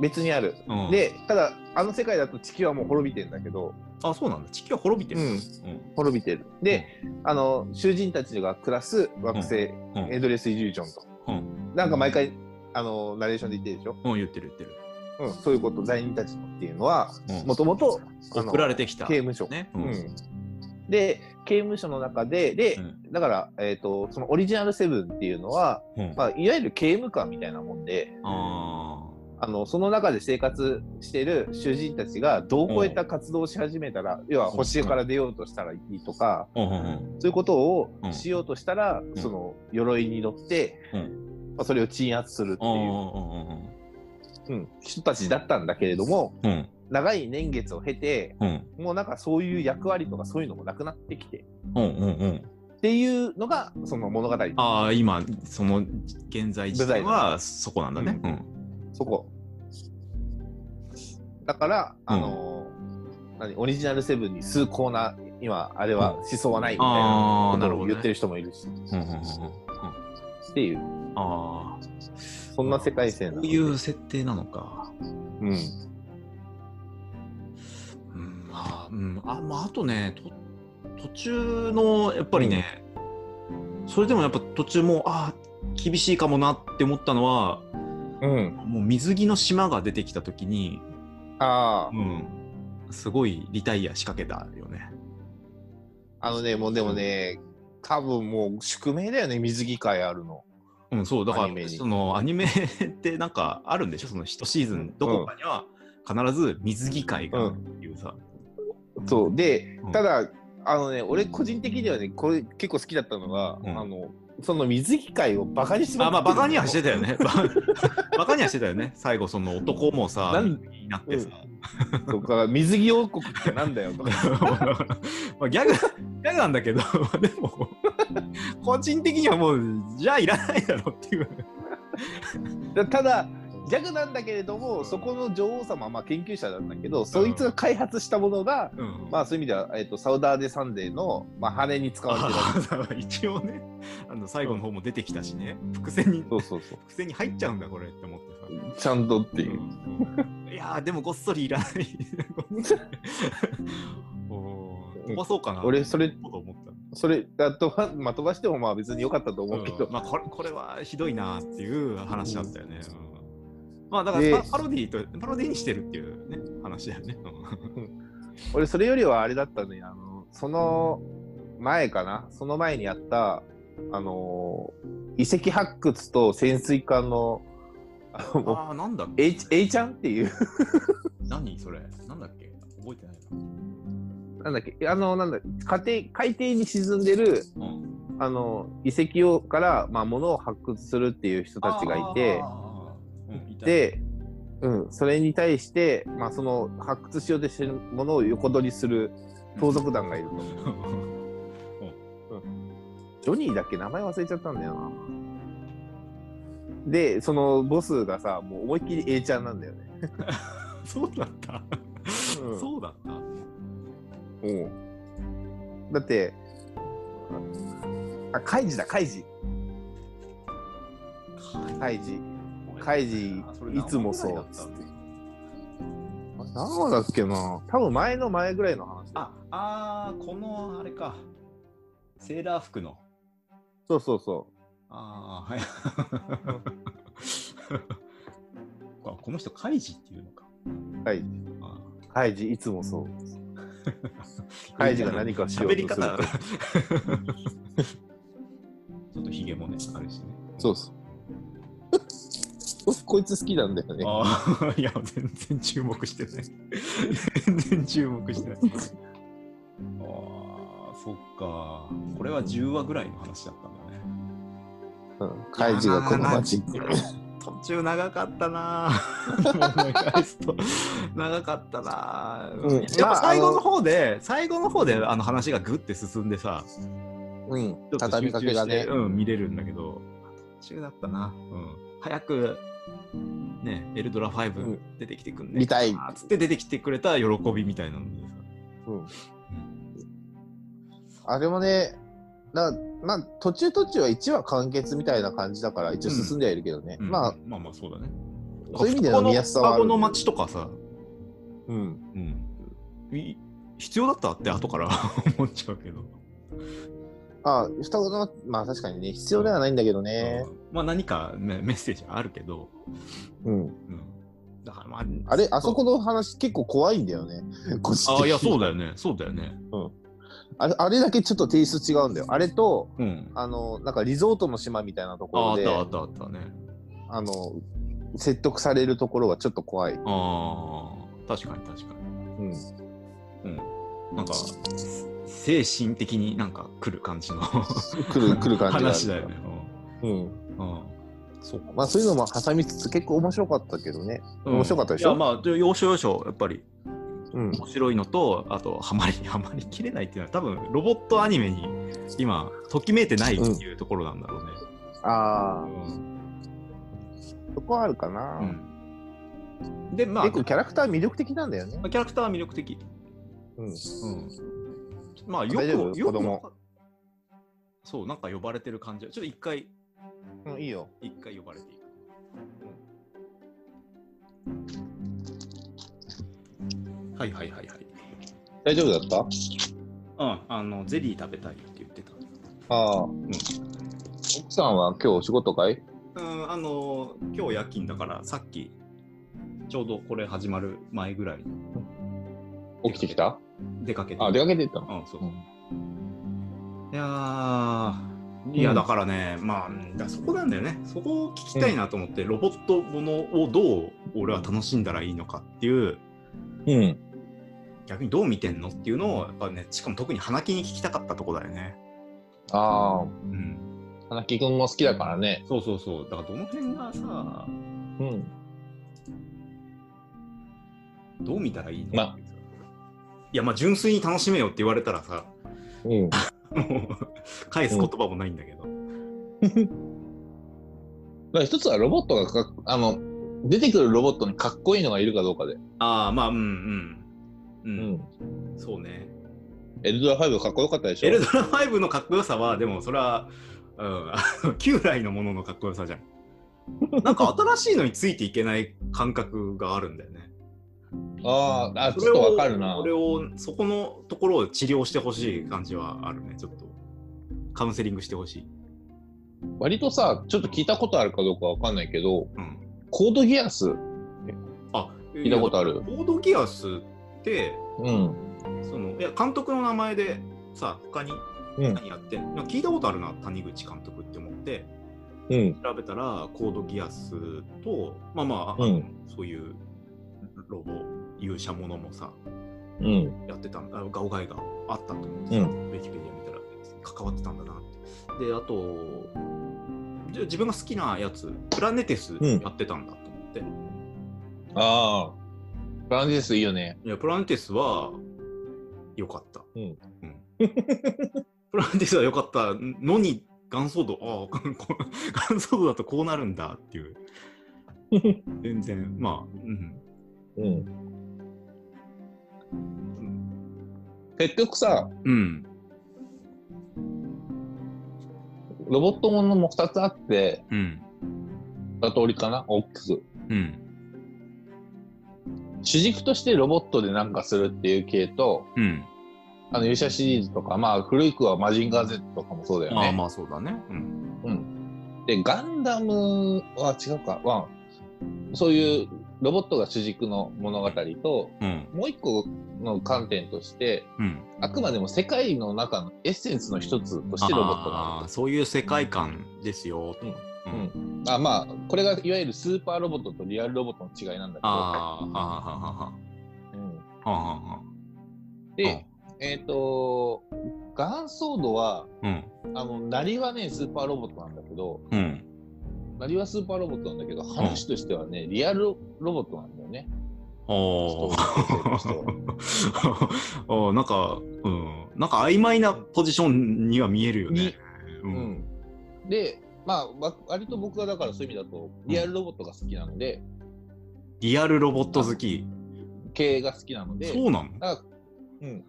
B: 別にある。
A: うん、、
B: で、ただ、あの世界だと地球はもう滅びてんだけど、
A: あそうなんだ。地球は滅びてる。
B: うん
A: うん
B: 滅びてる。で、あの、囚人たちが暮らす惑星、
A: うん
B: エンドレスイリュージョンと。
A: うん。
B: なんか毎回、あの、ナレーションで言ってるでしょ。
A: うん、言ってる言ってる。
B: うん、そういうこと、罪人たちのっていうのは、
A: うん
B: もともと、あの
A: 送られてきた。
B: 刑務所。
A: ね。う。
B: うんん。で、刑務所の中で、で、
A: うん
B: だから、えっ、と、そのオリジナルセブンっていうのは、
A: うん
B: まあ、いわゆる刑務官みたいなもんで、
A: あ
B: あのその中で生活してる囚人たちがどう超えた活動をし始めたら、要は星から出ようとしたらいいとか、
A: あ。うんうんうん。
B: そういうことを
A: うん
B: しようとしたら、
A: ん
B: その鎧に乗って、
A: う
B: まあ、それを鎮圧するって
A: うん
B: いう、うん、人たちだったんだけれども
A: うんうんうん。
B: 長い年月を経て
A: うん
B: もうなんかそういう役割とかそういうのもなくなってきて
A: うんうんうん。
B: っていうのがその物語
A: ああ、今、その現在地点はそこなんだね。うん。
B: そこだから、あのー何オリジナルセブンに崇高な今あれは思想はないみたい
A: あー
B: な
A: な
B: こ
A: るほ
B: と
A: どね
B: を言ってる人もいるし
A: うんうんうんうん。
B: っていう
A: ああ。
B: そんな世界線
A: こ
B: なの
A: う
B: で
A: いう設定なのか。
B: うん
A: うん、まあ、うん、あ、まあ、あとね、と途中の、やっぱりね、それでもやっぱ途中もう、ああ、厳しいかもなって思ったのは、
B: うん
A: もう水着の島が出てきたときに、
B: ああ
A: うん、すごいリタイア仕掛けたよね。
B: あのねもうでもね多分もう宿命だよね水着会あるの
A: うん、そう、だか
B: アニメ
A: ら、
B: に
A: そのアニメ ってなんかあるんでしょその一シーズン、どこかには必ず水着会があるっていうさ。
B: そうで
A: うん
B: ただあのね俺個人的にはねこれ結構好きだったのが、
A: うん
B: あのその水着会をバカにし
A: あまあ、バカにはして
B: て
A: たよね。 ババカにはしてたよね。最後、その男もさ、
B: な
A: 水
B: ん
A: 着になってさ。
B: たとか水着王国ってなんだよとか
A: まあ、ギャグ、ギャグなんだけど、 でも、個人的にはもう、じゃあいらないだろうっていう。
B: だただ弱なんだけれどもそこの女王様はまあ研究者なんだけどそいつが開発したものが、
A: うん
B: まあそういう意味では、えっとサウダーデ・サンデーの、まあ、羽に使われてるわけ
A: あ 一応ね、あの最後の方も出てきたしね、伏線に、
B: そう
A: 伏
B: そうそう
A: 線に入っちゃうんだ、これって思ってさ。
B: ちゃんとっていう、
A: うん いやー、でもごっそりい らない。おー飛ばそうかな。
B: 俺それ
A: と思った。
B: それだとままあ飛ばしてもまあ別に良かったと思うけど、
A: うんまあこれこれはひどいなっていう話だったよね。うんまあだか
B: で
A: らパパロディーとパロディーにしてるっていうね話だよね。うん
B: 俺それよりはあれだったねあのその前かなその前にやったあのー遺跡発掘と潜水艦のあの
A: ああなんだ
B: A, A ちゃんっていう
A: 何それなんだっけ覚えてない
B: なんだっけあのなんだ家庭海底に沈んでる
A: な。うん、
B: あの遺跡をから、まあ、物を発掘するっていう人たちがいて
A: あー、あーあーうんいた
B: で、うん、それに対して、まあ、その発掘しようとしてるものを横取りする盗賊団がいると。ジョニーだっけ名前忘れちゃったんだよな。で、そのボスがさ、もう思いっきり A ちゃんなんだよね。
A: そうだった。
B: うん
A: そうだった。
B: だって、あ、カイジだ、カイジ。カイジ。カイジ
A: れ何話
B: いつもそう
A: ぐらいだった
B: あ何話だっけな多分前の前ぐらいの話だよ
A: ああーこのあれかセーラー服の
B: そうそうそ
A: ああ、 はい。あこの人、カイジっていうのか。
B: う。カイジ。
A: あ
B: カイジ、いつもそう。カイジが何かしよう
A: 喋
B: と
A: り
B: す
A: 方
B: る
A: が。ちょっとヒゲもね、あるしね。
B: そうそう。僕、 こいつ好きなんだよね。
A: ああ、いや、全然注目してない。全然注目してない。ああ、そっか。これは10話ぐらいの話だったんだね。
B: うん。カイジがこの街って。
A: 途中長かったなぁ思い返すと長かったなぁ、
B: うん
A: やっぱ
B: まあ
A: 最後の方で最後の方であの話がぐって進んでさ
B: う
A: ち
B: ん
A: ょ。っと集
B: 畳みか
A: 中
B: け
A: し
B: が
A: て、
B: ね。
A: うん、見れるんだけど途中だったな、うん、早くねエルドラ
B: う
A: 5
B: ん
A: 出てきてくんね
B: 見たい
A: あーつって出てきてくれた喜びみたいなのでさ
B: うん。あれもね、なまあ、途中途中は1話完結みたいな感じだから、一応進んではいるけどね。
A: うん
B: まあ、
A: まあまあそうだね
B: そういう意味での見やすさはあ
A: 双子
B: る
A: の街とかさ
B: うん。
A: うん、い必要だったって後から 思っちゃうけど、
B: あ、双子の、まあ確かにね、必要ではないんだけどね。
A: まあ何か、ね、メッセージはあるけど、
B: うん。
A: うん、だからまあ
B: あれ、あそこの話結構怖いんだよね。個人的に
A: あいやそうだよねそうだよね
B: あれあれだけちょっとテイスト違うんだよ。あれと、
A: うんあ
B: あの、なんかリゾートの島みたいなとこ
A: あっ
B: ろで、
A: たあ
B: あ
A: ったあったね
B: の、説得されるところはちょっと怖い。
A: ああ確かに確か
B: うん。
A: にうんなんか精神的になんか来る感じの
B: 来 る、来る感じがある
A: 話だよね
B: うん。
A: うん、うん、そうか
B: まあそういうのも挟みつつ結構面白かったけどね。面白かったでし
A: う
B: ょ
A: んいやまあで要所要所やっぱり
B: うん。
A: 面白いのとあとハマり ハマりきれないっていうのは多分ロボットアニメに今ときめいてないっていうところなんだろうね。
B: ああ、そこはあるかな。
A: うんうんでまあ
B: 結構キャラクター魅力的なんだよね。
A: キャラクターは魅力的。
B: うん。
A: うん、まあよ
B: 大丈夫
A: くよ
B: 子
A: く
B: 供
A: わかそうなんか呼ばれてる感じはちょっと一回
B: うん、いいよ。
A: 一回呼ばれていく。はいはいはいはい。
B: 大丈夫だっ
A: うん、あのゼリー食べたいって言ってた。
B: たああ、奥さんは今日お仕事かい
A: うん、あのー今日夜勤だからさっきちょうどこれ始まる前ぐらいに
B: 起きてきた
A: 出かけて
B: あ、出かけていったの
A: うんそう
B: う
A: いやーいやだからね、まあうんだそこなんだよねそこを聞きたいなと思って、ロボットものをどう俺は楽しんだらいいのかっていう
B: うん。
A: 逆にどう見てんのっていうのをやっぱねしかも特に花木に聞きたかったとこだよね
B: ああ、
A: うん
B: 花木くんも好きだからね。
A: そうそうそうだからどの辺がさ
B: うん。
A: どう見たらいいの、
B: ま
A: いやまあ純粋に楽しめよって言われたらさ
B: うん。
A: もう返す言葉もないんだけど、
B: まあ一つはロボットがかっあの、出てくるロボットにかっこいいのがいるかどうかで。
A: ああまあうんうんう、。
B: うん
A: そうね
B: エルドラ5かっこよかったでしょ
A: エルドラ5のかっこよさはでもそれは、うん、あの旧来のもののかっこよさじゃんなんか新しいのについていけない感覚があるんだよね
B: あーあ、
A: そ
B: ち
A: れ
B: ょっ
A: を
B: とわかるな
A: そ。れをそこのところを治療してほしい感じはあるねちょっとカウンセリングしてほしい、
B: 割とさ、ちょっと聞いたことあるかどうかわかんないけど、
A: うん、
B: コードギアス。
A: あ
B: 聞いたことある
A: いやボードギアスって
B: うん。
A: そのいや監督の名前でさ他に
B: うん。
A: 何やってんなんか聞いたことあるな谷口監督って思って
B: うん。
A: 調べたらコードギアスとまあまあ、
B: うん。
A: そういうロボ勇者ものもさ
B: うん。
A: やってたんだガオガイがあったと思って
B: う
A: さ、
B: ん
A: ウィキペディア見たら関わってたんだなってであとじゃ自分が好きなやつプラネテス
B: ん
A: やってたんだと思って、
B: ああ。バランディスいいよね。
A: いやプラネテスは良かった、
B: うん
A: うん、プラネテスは良かったのに元祖度ああこ 元祖度だとこうなるんだって いう全然まあうん
B: うん。結局さ、
A: うん
B: ロボットものも2つあって、
A: うん
B: 二通りかな大きく。
A: うん
B: 主軸としてロボットでなんかするっていう系と、
A: うん
B: あの、勇者シリーズとか、まあ、古い句はマジンガー Z とかもそうだよ
A: ああ
B: ね。
A: まあそうだね。うん。
B: で、ガンダムは違うか、ワン。そういうロボットが主軸の物語と、
A: うん。
B: もう一個の観点として、
A: うん。
B: あくまでも世界の中のエッセンスの一つとしてロボットがあ
A: ああ、そういう世界観ですよ。
B: うん
A: う
B: る。うん。あまあ、これがいわゆるスーパーロボットとリアルロボットの違いなんだけど。
A: ああ、はあはあは
B: うん
A: あはあはあはあ。
B: で、えっ、と、ガンソードは、
A: うん。
B: あの、なりはね、スーパーロボットなんだけど、
A: うん。
B: なりはスーパーロボットなんだけど、話としてはね、リアルロボットなんだよね。
A: お
B: ス トーリー性
A: ー おー。なんか、うん。なんか曖昧なポジションには見えるよね。う。
B: うんん。で、まあ、わ割と僕はだからそういう意味だと、リアルロボットが好きなので、
A: リアルロボット好き。
B: 系が好きなので、
A: そうなの
B: だから、うん。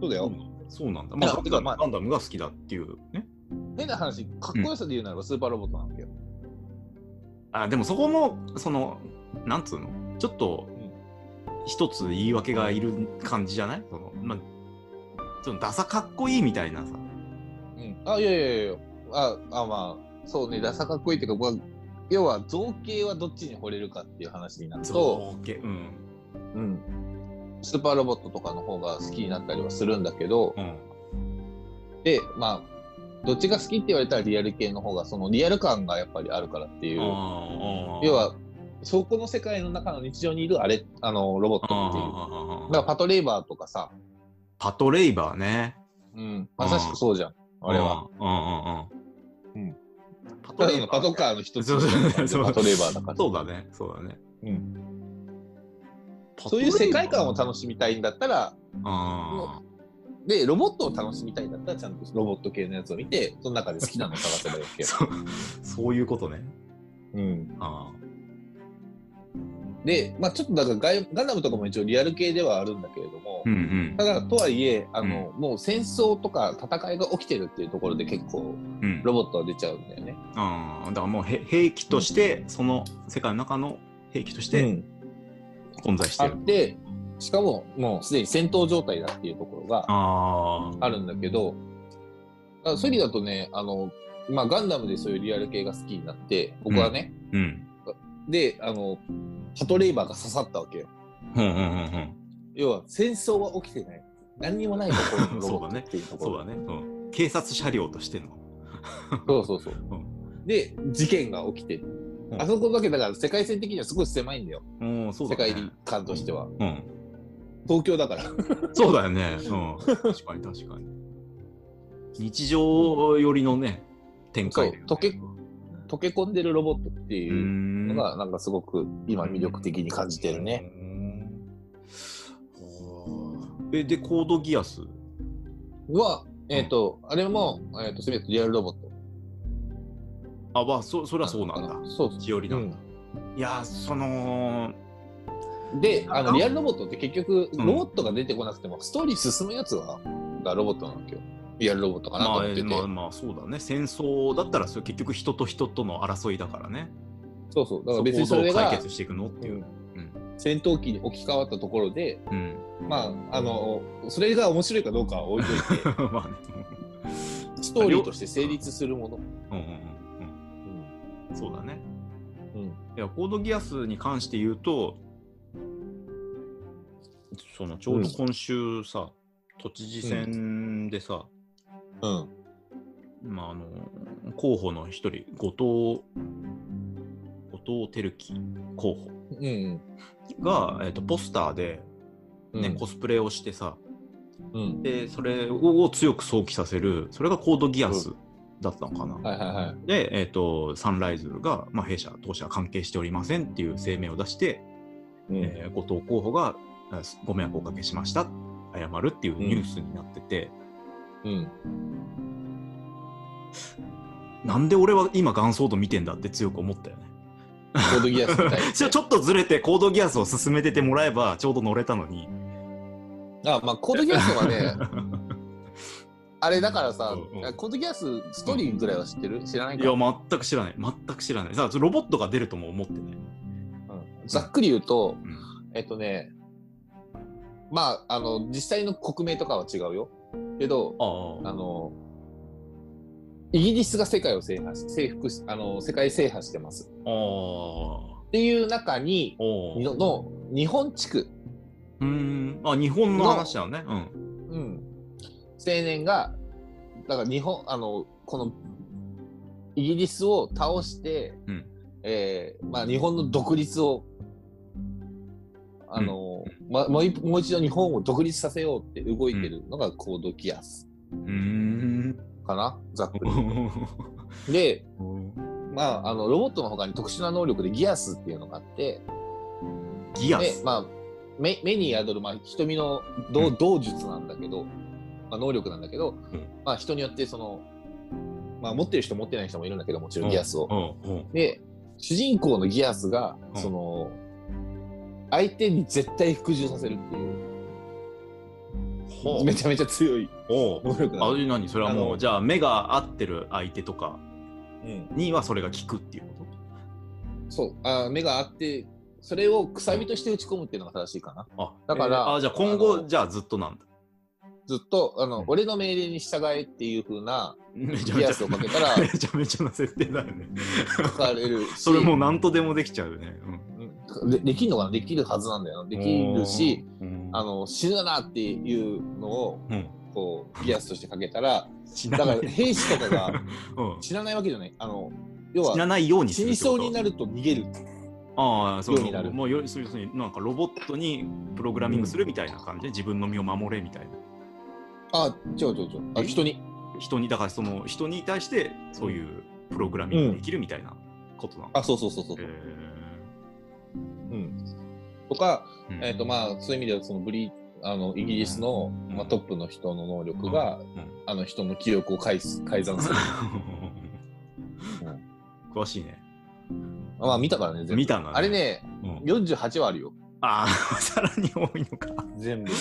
B: そう
A: そう
B: だよ
A: な。のそうなんだ。まあ、ガ
B: だから
A: ン
B: て
A: ダ
B: か
A: ム
B: まあ
A: ガンダムが好きだっていうね。
B: 変な話、かっこよさで言うならばスーパーロボットなわけよ。
A: あ、でもそこも、その、なんつうのちょっと
B: ん、
A: 一つ言い訳がいる感じじゃないその、まあ、そのダサかっこいいみたいなさ。
B: うん。あ、いやいやいやあ、あ、まあ、そうね、ダサかっこいいっていうか、僕は、要は造形はどっちに惚れるかっていう話になると、
A: 造形うん。
B: うん。スーパーロボットとかの方が好きになったりはするんだけど、
A: うん。
B: で、まあ、どっちが好きって言われたらリアル系の方が、そのリアル感がやっぱりあるからっていう。要
A: 要
B: は、そこの世界の中の日常にいるあれ、あの、ロボットっていう。だからパトレイバーとかさ、
A: パトレイバーね。
B: うん、まさしくそうじゃん、あれは。
A: うん。うんうんうん。パ
B: ただのパトカーの一つ
A: そうそうそう
B: パトレイバーだから。
A: そうだね。そうだね。
B: うん
A: パト
B: そう
A: レ
B: い
A: イバー
B: う世界観を楽しみたいんだったら、
A: あ
B: で、ロボットを楽しみたいんだったら、ちゃんとロボット系のやつを見て、その中で好きなのを探せばいいわ
A: ー
B: け よ。
A: そうそういうことね。
B: うん、
A: あ
B: で、まあちょっとだからガイガンダムとかも一応リアル系ではあるんだけれども、
A: ーうん
B: ただ、とはいえ、あの、もう戦争とか戦いが起きてるっていうところで結構
A: うん。うん、
B: ロボットは出ちゃうんだよね。
A: あーだからもうへ兵器として、その世界の中の兵器として混在して
B: あ
A: る。
B: ってしかももうすでに戦闘状態だっていうところが
A: ああ。
B: あるんだけどだからそういう意味だとねあの、まあ、ガンダムでそういうリアル系が好きになって僕はね、
A: うん。
B: であのパトレイバーが刺さったわけよ
A: うんうんうん
B: 要は戦争は起きてない何にもないところのロボ
A: そう
B: ッ
A: だ
B: ト
A: ね
B: っていうと
A: うん。
B: ころ
A: そうだね。うん。警察車両としての。
B: そうそうそう
A: う
B: で事件が起きてる、
A: うん
B: あそこだけだから世界線的にはすごい狭いんだよ
A: うん、そう
B: 世
A: だね。
B: 界観としては
A: うん。
B: 東京だから
A: そうだよね。うん。確かに確かに。日常寄りのね、展開だよね、
B: そう溶け溶け込んでるロボットって
A: け
B: いうのがなんかすごく今魅力的に感じてるね。。
A: うんえ、で、コードギアス。
B: は、えっ、と、あれも、えっ、と、すべてリアルロボット。
A: あ、まあ、そそれはそうなんだ。
B: そうそ
A: 日寄りなんだ。いやー、その、
B: う。で、あの、リアルロボットって結局、
A: うん
B: ロボットが出てこなくても、ストーリー進むやつは、がロボットなわけよ。リアルロボットかなと
A: まあ、
B: 思って
A: え
B: て。
A: まあ、まあ、そうだね。戦争だったら、それ結局人と人との争いだからね。
B: そうそう。だ
A: そ
B: から
A: こ
B: 別
A: を
B: にそ
A: ど
B: れ
A: う解
B: が、
A: 決していくのっていう。
B: うん戦闘機に置き換わったところで、
A: うん。
B: まあ、あの、それが面白いかどうかは置いと いて、
A: まあね。
B: ストーリーとして成立するもの。
A: うんうんうんうん。そうだね。
B: うん。
A: いや、コードギアスに関して言うと、そのちょうど今週さ、都知事選でさ、
B: うん。
A: まあ、あの候補の一人、後藤、後藤輝樹候補
B: うん。
A: が、えっとポスターで、
B: うん。
A: ねコスプレをしてさ
B: うん。
A: で、それを強く想起させる、それがコードギアスだったのかな。
B: はいはいはい。
A: で、えっとサンライズが、まあ、弊社、当社は関係しておりませんっていう声明を出して、
B: うん。
A: えー後藤候補があご迷惑をおかけしました謝るっていうニュースになってて、
B: うん。
A: なんで俺は今ガンソード見てんだって強く思ったよ ね
B: コードギアスみた い
A: ちょちょっとずれてコードギアスを進めててもらえばちょうど乗れたのに
B: あまあコードギアス はねあれだからさ、
A: うんうん
B: コードギアスストーリーぐらいは知ってる知らない
A: い
B: か
A: や全く知らない全く知らないさあロボットが出るとも思ってね、
B: うんざっくり言うと
A: うん
B: えっとねまああの実際の国名とかは違うよけど
A: あ
B: あのイギリスが世界を制覇し征服しあの世界制覇してます
A: あああ
B: っていう中に
A: おー
B: のの日本地区、
A: うーんあ日本の話だよねうん
B: うん、青年がだから日本あのこのイギリスを倒して、
A: うん
B: えーまあ、日本の独立をあの、ま、もう一もう一度日本を独立させようって動いてるのがコードギアス、
A: うーん。
B: かなざっくり。で、まあ、あの、ロボットの他に特殊な能力でギアスっていうのがあって、
A: ギア
B: で
A: ス。
B: まあ、目目に宿る、まあ、瞳の道,、
A: うん
B: 道術なんだけど、まあ、能力なんだけど、
A: うん
B: まあ、人によってその、まあ、持ってる人持ってない人もいるんだけどもちろ
A: うん
B: んギアスを。
A: うんうん
B: で主人公のギアスが、
A: うん
B: その相手に絶対服従させるっていう、
A: ほう
B: めちゃめちゃ強い
A: おう
B: 能力な
A: あ
B: の、
A: え何それは
B: あ
A: もう
B: の
A: じゃあ目が合ってる相手とか
B: うん、
A: にはそれが効くっていうこ
B: そうあ目があってそれをくさびとして打ち込むっていうのが正しいかな
A: とあ
B: だから
A: えーあじゃあ今後
B: あの
A: じゃあずっとなんだ
B: ずっとあの、
A: うん
B: 俺の命令に従えっていう風な
A: めちゃめち
B: ギア
A: ゃ
B: スをかけたら
A: めちゃめちゃな設定だよね
B: 使われるし
A: それもう何とでもできちゃうよね、
B: うんでできるのかなできるはずなんだよな
A: う
B: で
A: ん、
B: きるし
A: うん
B: あの死ぬなっていうのを
A: うん
B: こうギアスとしてかけたら
A: 死
B: だ
A: な
B: か
A: な
B: ら
A: い
B: 兵士と かが
A: うん
B: 死なないわけじゃないあの要
A: 死な
B: は
A: ないようにす
B: 死
A: る
B: に
A: ってこ
B: そ
A: と
B: うになると逃げる
A: ああそう
B: ようになる
A: もうよりそうになんかロボットにプログラミングするみたいな感じで自分の身を守れみたいな
B: あ違う違う違うあ
A: え
B: 人に
A: 人にだからその人に対してそういうプログラミングできるみたいなことなの、
B: あそうそうそうそう、
A: へ
B: うんとか、
A: ーうん
B: えっとまあ、そういう意味ではそのブリあのイギリスの、
A: ん
B: まあ、トップの人の能力が、あの人の記憶を改す改ざんす る
A: 詳しいね。
B: まあ見たからね全部
A: 見たんだね
B: あれね
A: うん
B: 48話あるよ
A: ああ、 さらに多いのか。
B: 全部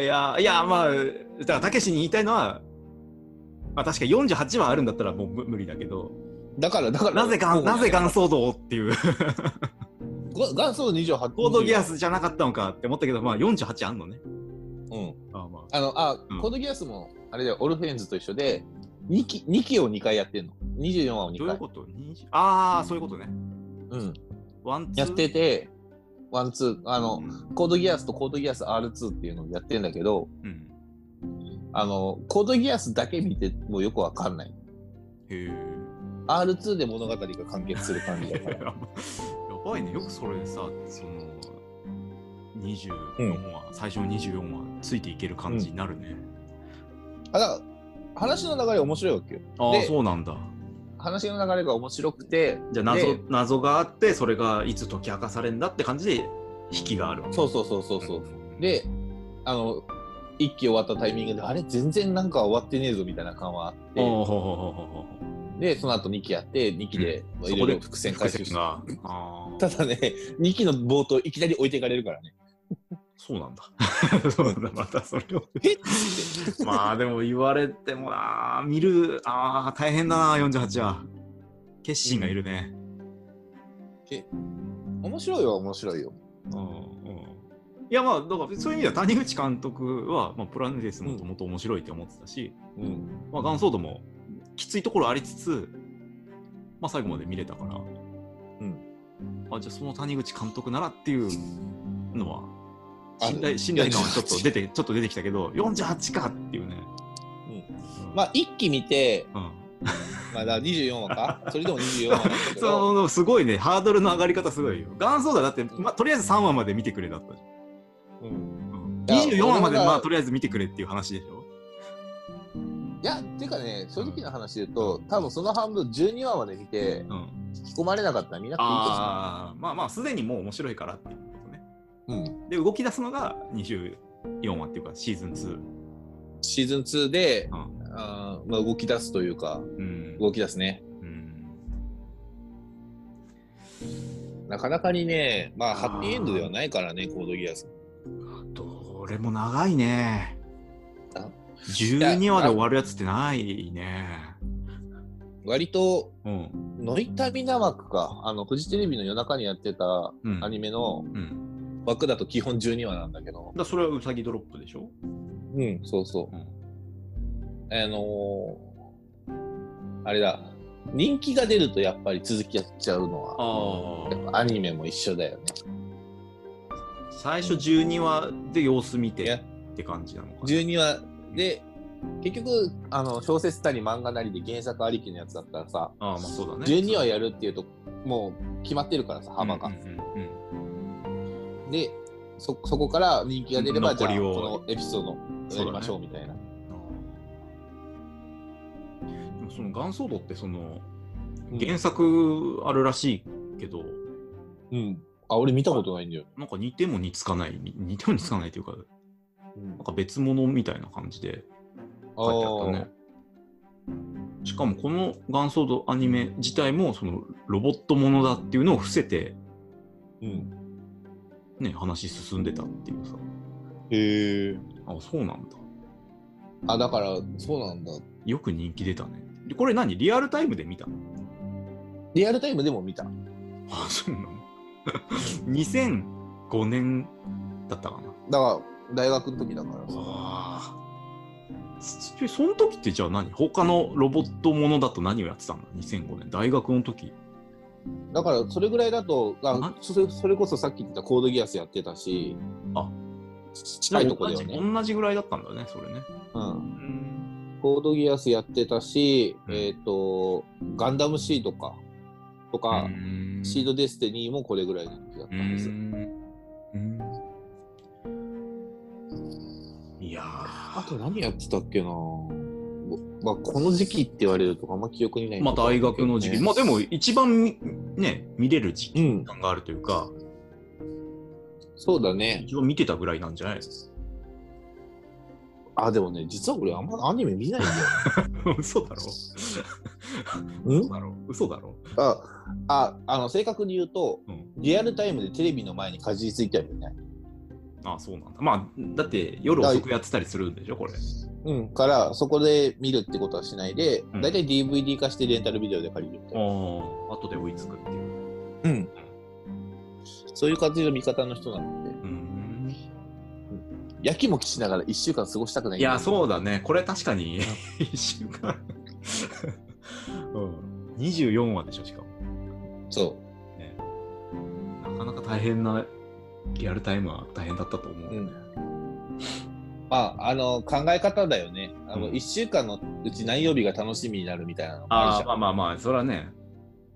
A: いや、いや、まあ、だから、たけしに言いたいのは、まあ、確か48話あるんだったらもう無無理だけど、
B: だからだから
A: なぜか、なぜ元騒動っていう、
B: が元祖28
A: コードギアスじゃなかったのかって思ったけど、まあ、48あんのね。
B: うん
A: ああまあ
B: あのあ、
A: うん
B: コードギアスもあれだよオルフェンズと一緒で2期 ,2 期を2回やってんの24話を
A: どうい
B: 2
A: う
B: 回
A: こと20ああ、そういうことね。
B: うん、
A: ワン、ツー
B: やっててワンツーあの、
A: うん
B: コードギアスとコードギアス R2 っていうのをやってんだけど
A: うん。
B: あのコードギアスだけ見てもよくわかんない
A: へえ。
B: R2 で物語が完結する感じだか
A: や
B: ら
A: ばいね、よくそれでさ、その24話、最初の24話、ついていける感じになるね。
B: あだから話の流れ面白いわけよ
A: ああ、
B: で
A: そうなんだ。
B: 話の流れが面白くて
A: じゃあ謎
B: で、
A: 謎があって、それがいつ解き明かされるんだって感じで、引きがあるわけ
B: そうそうそうそうそう、であの1期終わったタイミングであれ全然なんか終わってねえぞみたいな感はあって
A: おおほうほうほうほうほう
B: で、その後2期やって、2期で
A: うん
B: まあいろいろ伏線回収して。
A: が。ああ
B: ただね、2期の冒頭いきなり置いていかれるからね。
A: そうなんだ。そうなんだ、 またそれを。
B: えっ
A: まあでも言われてもなあ、見る、ああ、大変だな、48は。決心がいるね。
B: 面白いは面白いよ。
A: いやまあだからそういう意味では谷口監督は、まあ、プラネデスもともと面白いって思ってたし、
B: うん。
A: まあ、ガンソードもきついところありつつ、まあ、最後まで見れたから、
B: うん
A: あじゃあその谷口監督ならっていうのは
B: あ
A: 信頼信頼感はちょっと出 てちょっと出てきたけど48かっていうね、うん
B: まあ、1期見て、
A: うん
B: まあ、だから24話かそれでも24話なんだ け
A: そ
B: ど、
A: のすごいねハードルの上がり方すごいよ。ガンソーダだって、まあ、とりあえず3話まで見てくれだったじゃん
B: うん、
A: うん
B: いや
A: 24話まで
B: 俺は
A: まあとりあえず見てくれっていう話でしょ
B: いや、ていうかね、正直な話で言うと、多分その半分12話まで見て、
A: うん、
B: 引き込まれなかったら見なくていいと思
A: ああまあまあすでにもう面白いからっていうことね
B: う。うん。
A: で動き出すのが24話っていうかシーズン2、
B: シーズン2で、
A: うん
B: あーまあ、動き出すというか、
A: うん
B: 動き出すね。
A: うん、
B: なかなかにね、まあ、ハッピーエンドではないからね、コードギアス。
A: どれも長いね
B: あ
A: 12話で終わるやつってないね
B: 割と、
A: うん
B: ノイタミナ枠か。あの、フジテレビの夜中にやってた
A: うん
B: アニメの
A: うん、
B: 枠だと基本12話なんだけど。
A: だそれはウサギドロップでしょ、
B: うん、そうそ
A: うん、
B: う。あのー、あれだ。人気が出るとやっぱり続きやっちゃうのは、
A: あ
B: やっぱアニメも一緒だよね。
A: あ最初12話で様子見
B: い
A: て
B: や
A: って感じなのかな
B: 12話で、結局、あの、小説なり漫画なりで原作ありきのやつだったらさ、
A: ああまあそうだね
B: 12話やるっていうと、もう決まってるからさ、幅が。
A: うんうんうんうん
B: で、そ、そこから人気が出れば、じゃ
A: 残
B: あ、
A: りを
B: このエピソードやりましょうみたいな。
A: あその「ガンソード」ってその
B: うん
A: 原作あるらしいけど、
B: うん。あ、俺見たことないんだよ。
A: なんか似ても似つかないに似ても似つかないというか
B: うん
A: なんか別物みたいな感じで書いてあったね。しかもこの「ガンソード」アニメ自体もそのロボットものだっていうのを伏せて、
B: あーうん。
A: ね、話進んでたっていうさ
B: へえ。
A: あそうなんだ
B: あ、だから、そうなんだ。
A: よく人気出たねでこれ何リアルタイムで見たの
B: リアルタイムでも見た。
A: あそうなの 2005年だったかな
B: だから、大学の時だからさ。
A: ああ。その時ってじゃあ何他のロボットものだと何をやってたんだ ?2005 年。大学の時。
B: だから、それぐらいだと、あ
A: あ
B: それそれこそさっき言ったコードギアスやってたし、
A: あ
B: 近いとこだよ
A: 同
B: ね。
A: じ同じぐらいだったんだね、それね。
B: うん。
A: うん。
B: コードギアスやってたし、
A: うん
B: えっ、と、ガンダムシードか、とか、シードデスティニーもこれぐらいの時だった
A: うん
B: ですよ。
A: ん。うんいやー
B: あと何やってたっけなまあ、この時期って言われるとあんま記憶にないん
A: ま
B: だけ
A: あ
B: どね、
A: 大学の時期。まあでも一番みね、見れる時
B: う
A: 期
B: ん、
A: 感があるというか、
B: そうだね。
A: 一番見てたぐらいなんじゃないです
B: あ、でもね、実は俺あんまアニメ見ないんだよ。
A: か 嘘だろ
B: うん
A: 嘘だろ嘘だろ
B: あ、あ、あの、正確に言うと、
A: うん
B: リアルタイムでテレビの前にかじりついては見ない。
A: ああそうなんだ。まあ、だって夜遅くやってたりするんでしょ、これ。
B: うん、から、そこで見るってことはしないで
A: う、ん
B: だいたい DVD 化してレンタルビデオで借りるみたいな。
A: ああ、後で追いつくっていう。
B: うん。そういう感じの見方の人なんで、
A: うん、
B: やきもきしながら1週間過ごしたくない。
A: いや、そうだね。これ確かに一週間、 うん。24話でしょ、しかも。
B: そ
A: ね、なかなか大変な、リアルタイムは大変だったと思う。
B: う。うん。まあ、あの、考え方だよね。あの、
A: うん
B: 1週間のうち何曜日が楽しみになるみたいなのもあ
A: あ
B: る
A: あ、
B: じゃ
A: まあまあまあ、それはね、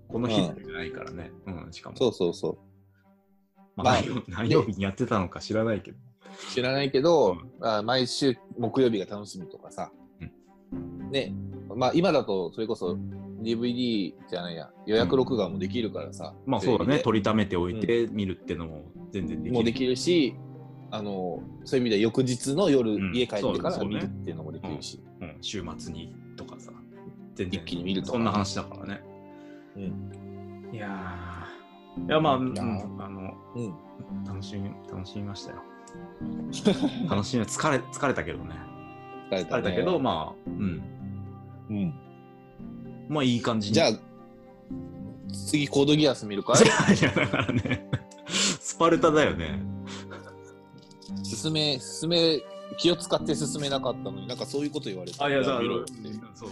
A: この日
B: うん
A: じゃないからね。うん、しかも。
B: ん。そうそうそう。
A: まあ、
B: まあ
A: 何曜 何曜日にやってたのか知らないけど。
B: 知らないけど、あ毎週木曜日が楽しみとかさ、ねまあ今だとそれこそ DVD じゃないや予約録画もできるからさ、
A: まあそうだね。
B: テレ
A: 取りためておいて見るってのも全然でき
B: ビで
A: る。
B: もうできるしあのそういう意味では翌日の夜、
A: うん
B: 家帰ってか
A: そ
B: ら
A: う
B: 見
A: ね
B: るっていうのもできるし、
A: うん、週末にとかさ、全然
B: 一気に見るとか
A: そんな話だからね。
B: う
A: いやー、いやまあ、うん
B: いやー
A: あの、
B: うん
A: 楽しみ、楽しみま したよ。楽しみ、疲れ、疲れたけどね。
B: 疲れ
A: 疲れたけど、まあ、うん。
B: うん、
A: まあいい感じに。
B: じゃあ
A: い
B: 次コードギアス見るかい
A: や、 いやだからね、スパルタだよね。
B: 進め進め気を使って進めなかったのになんかそういうこと言われた
A: あ、いや、だから
B: 見ろよって
A: そう。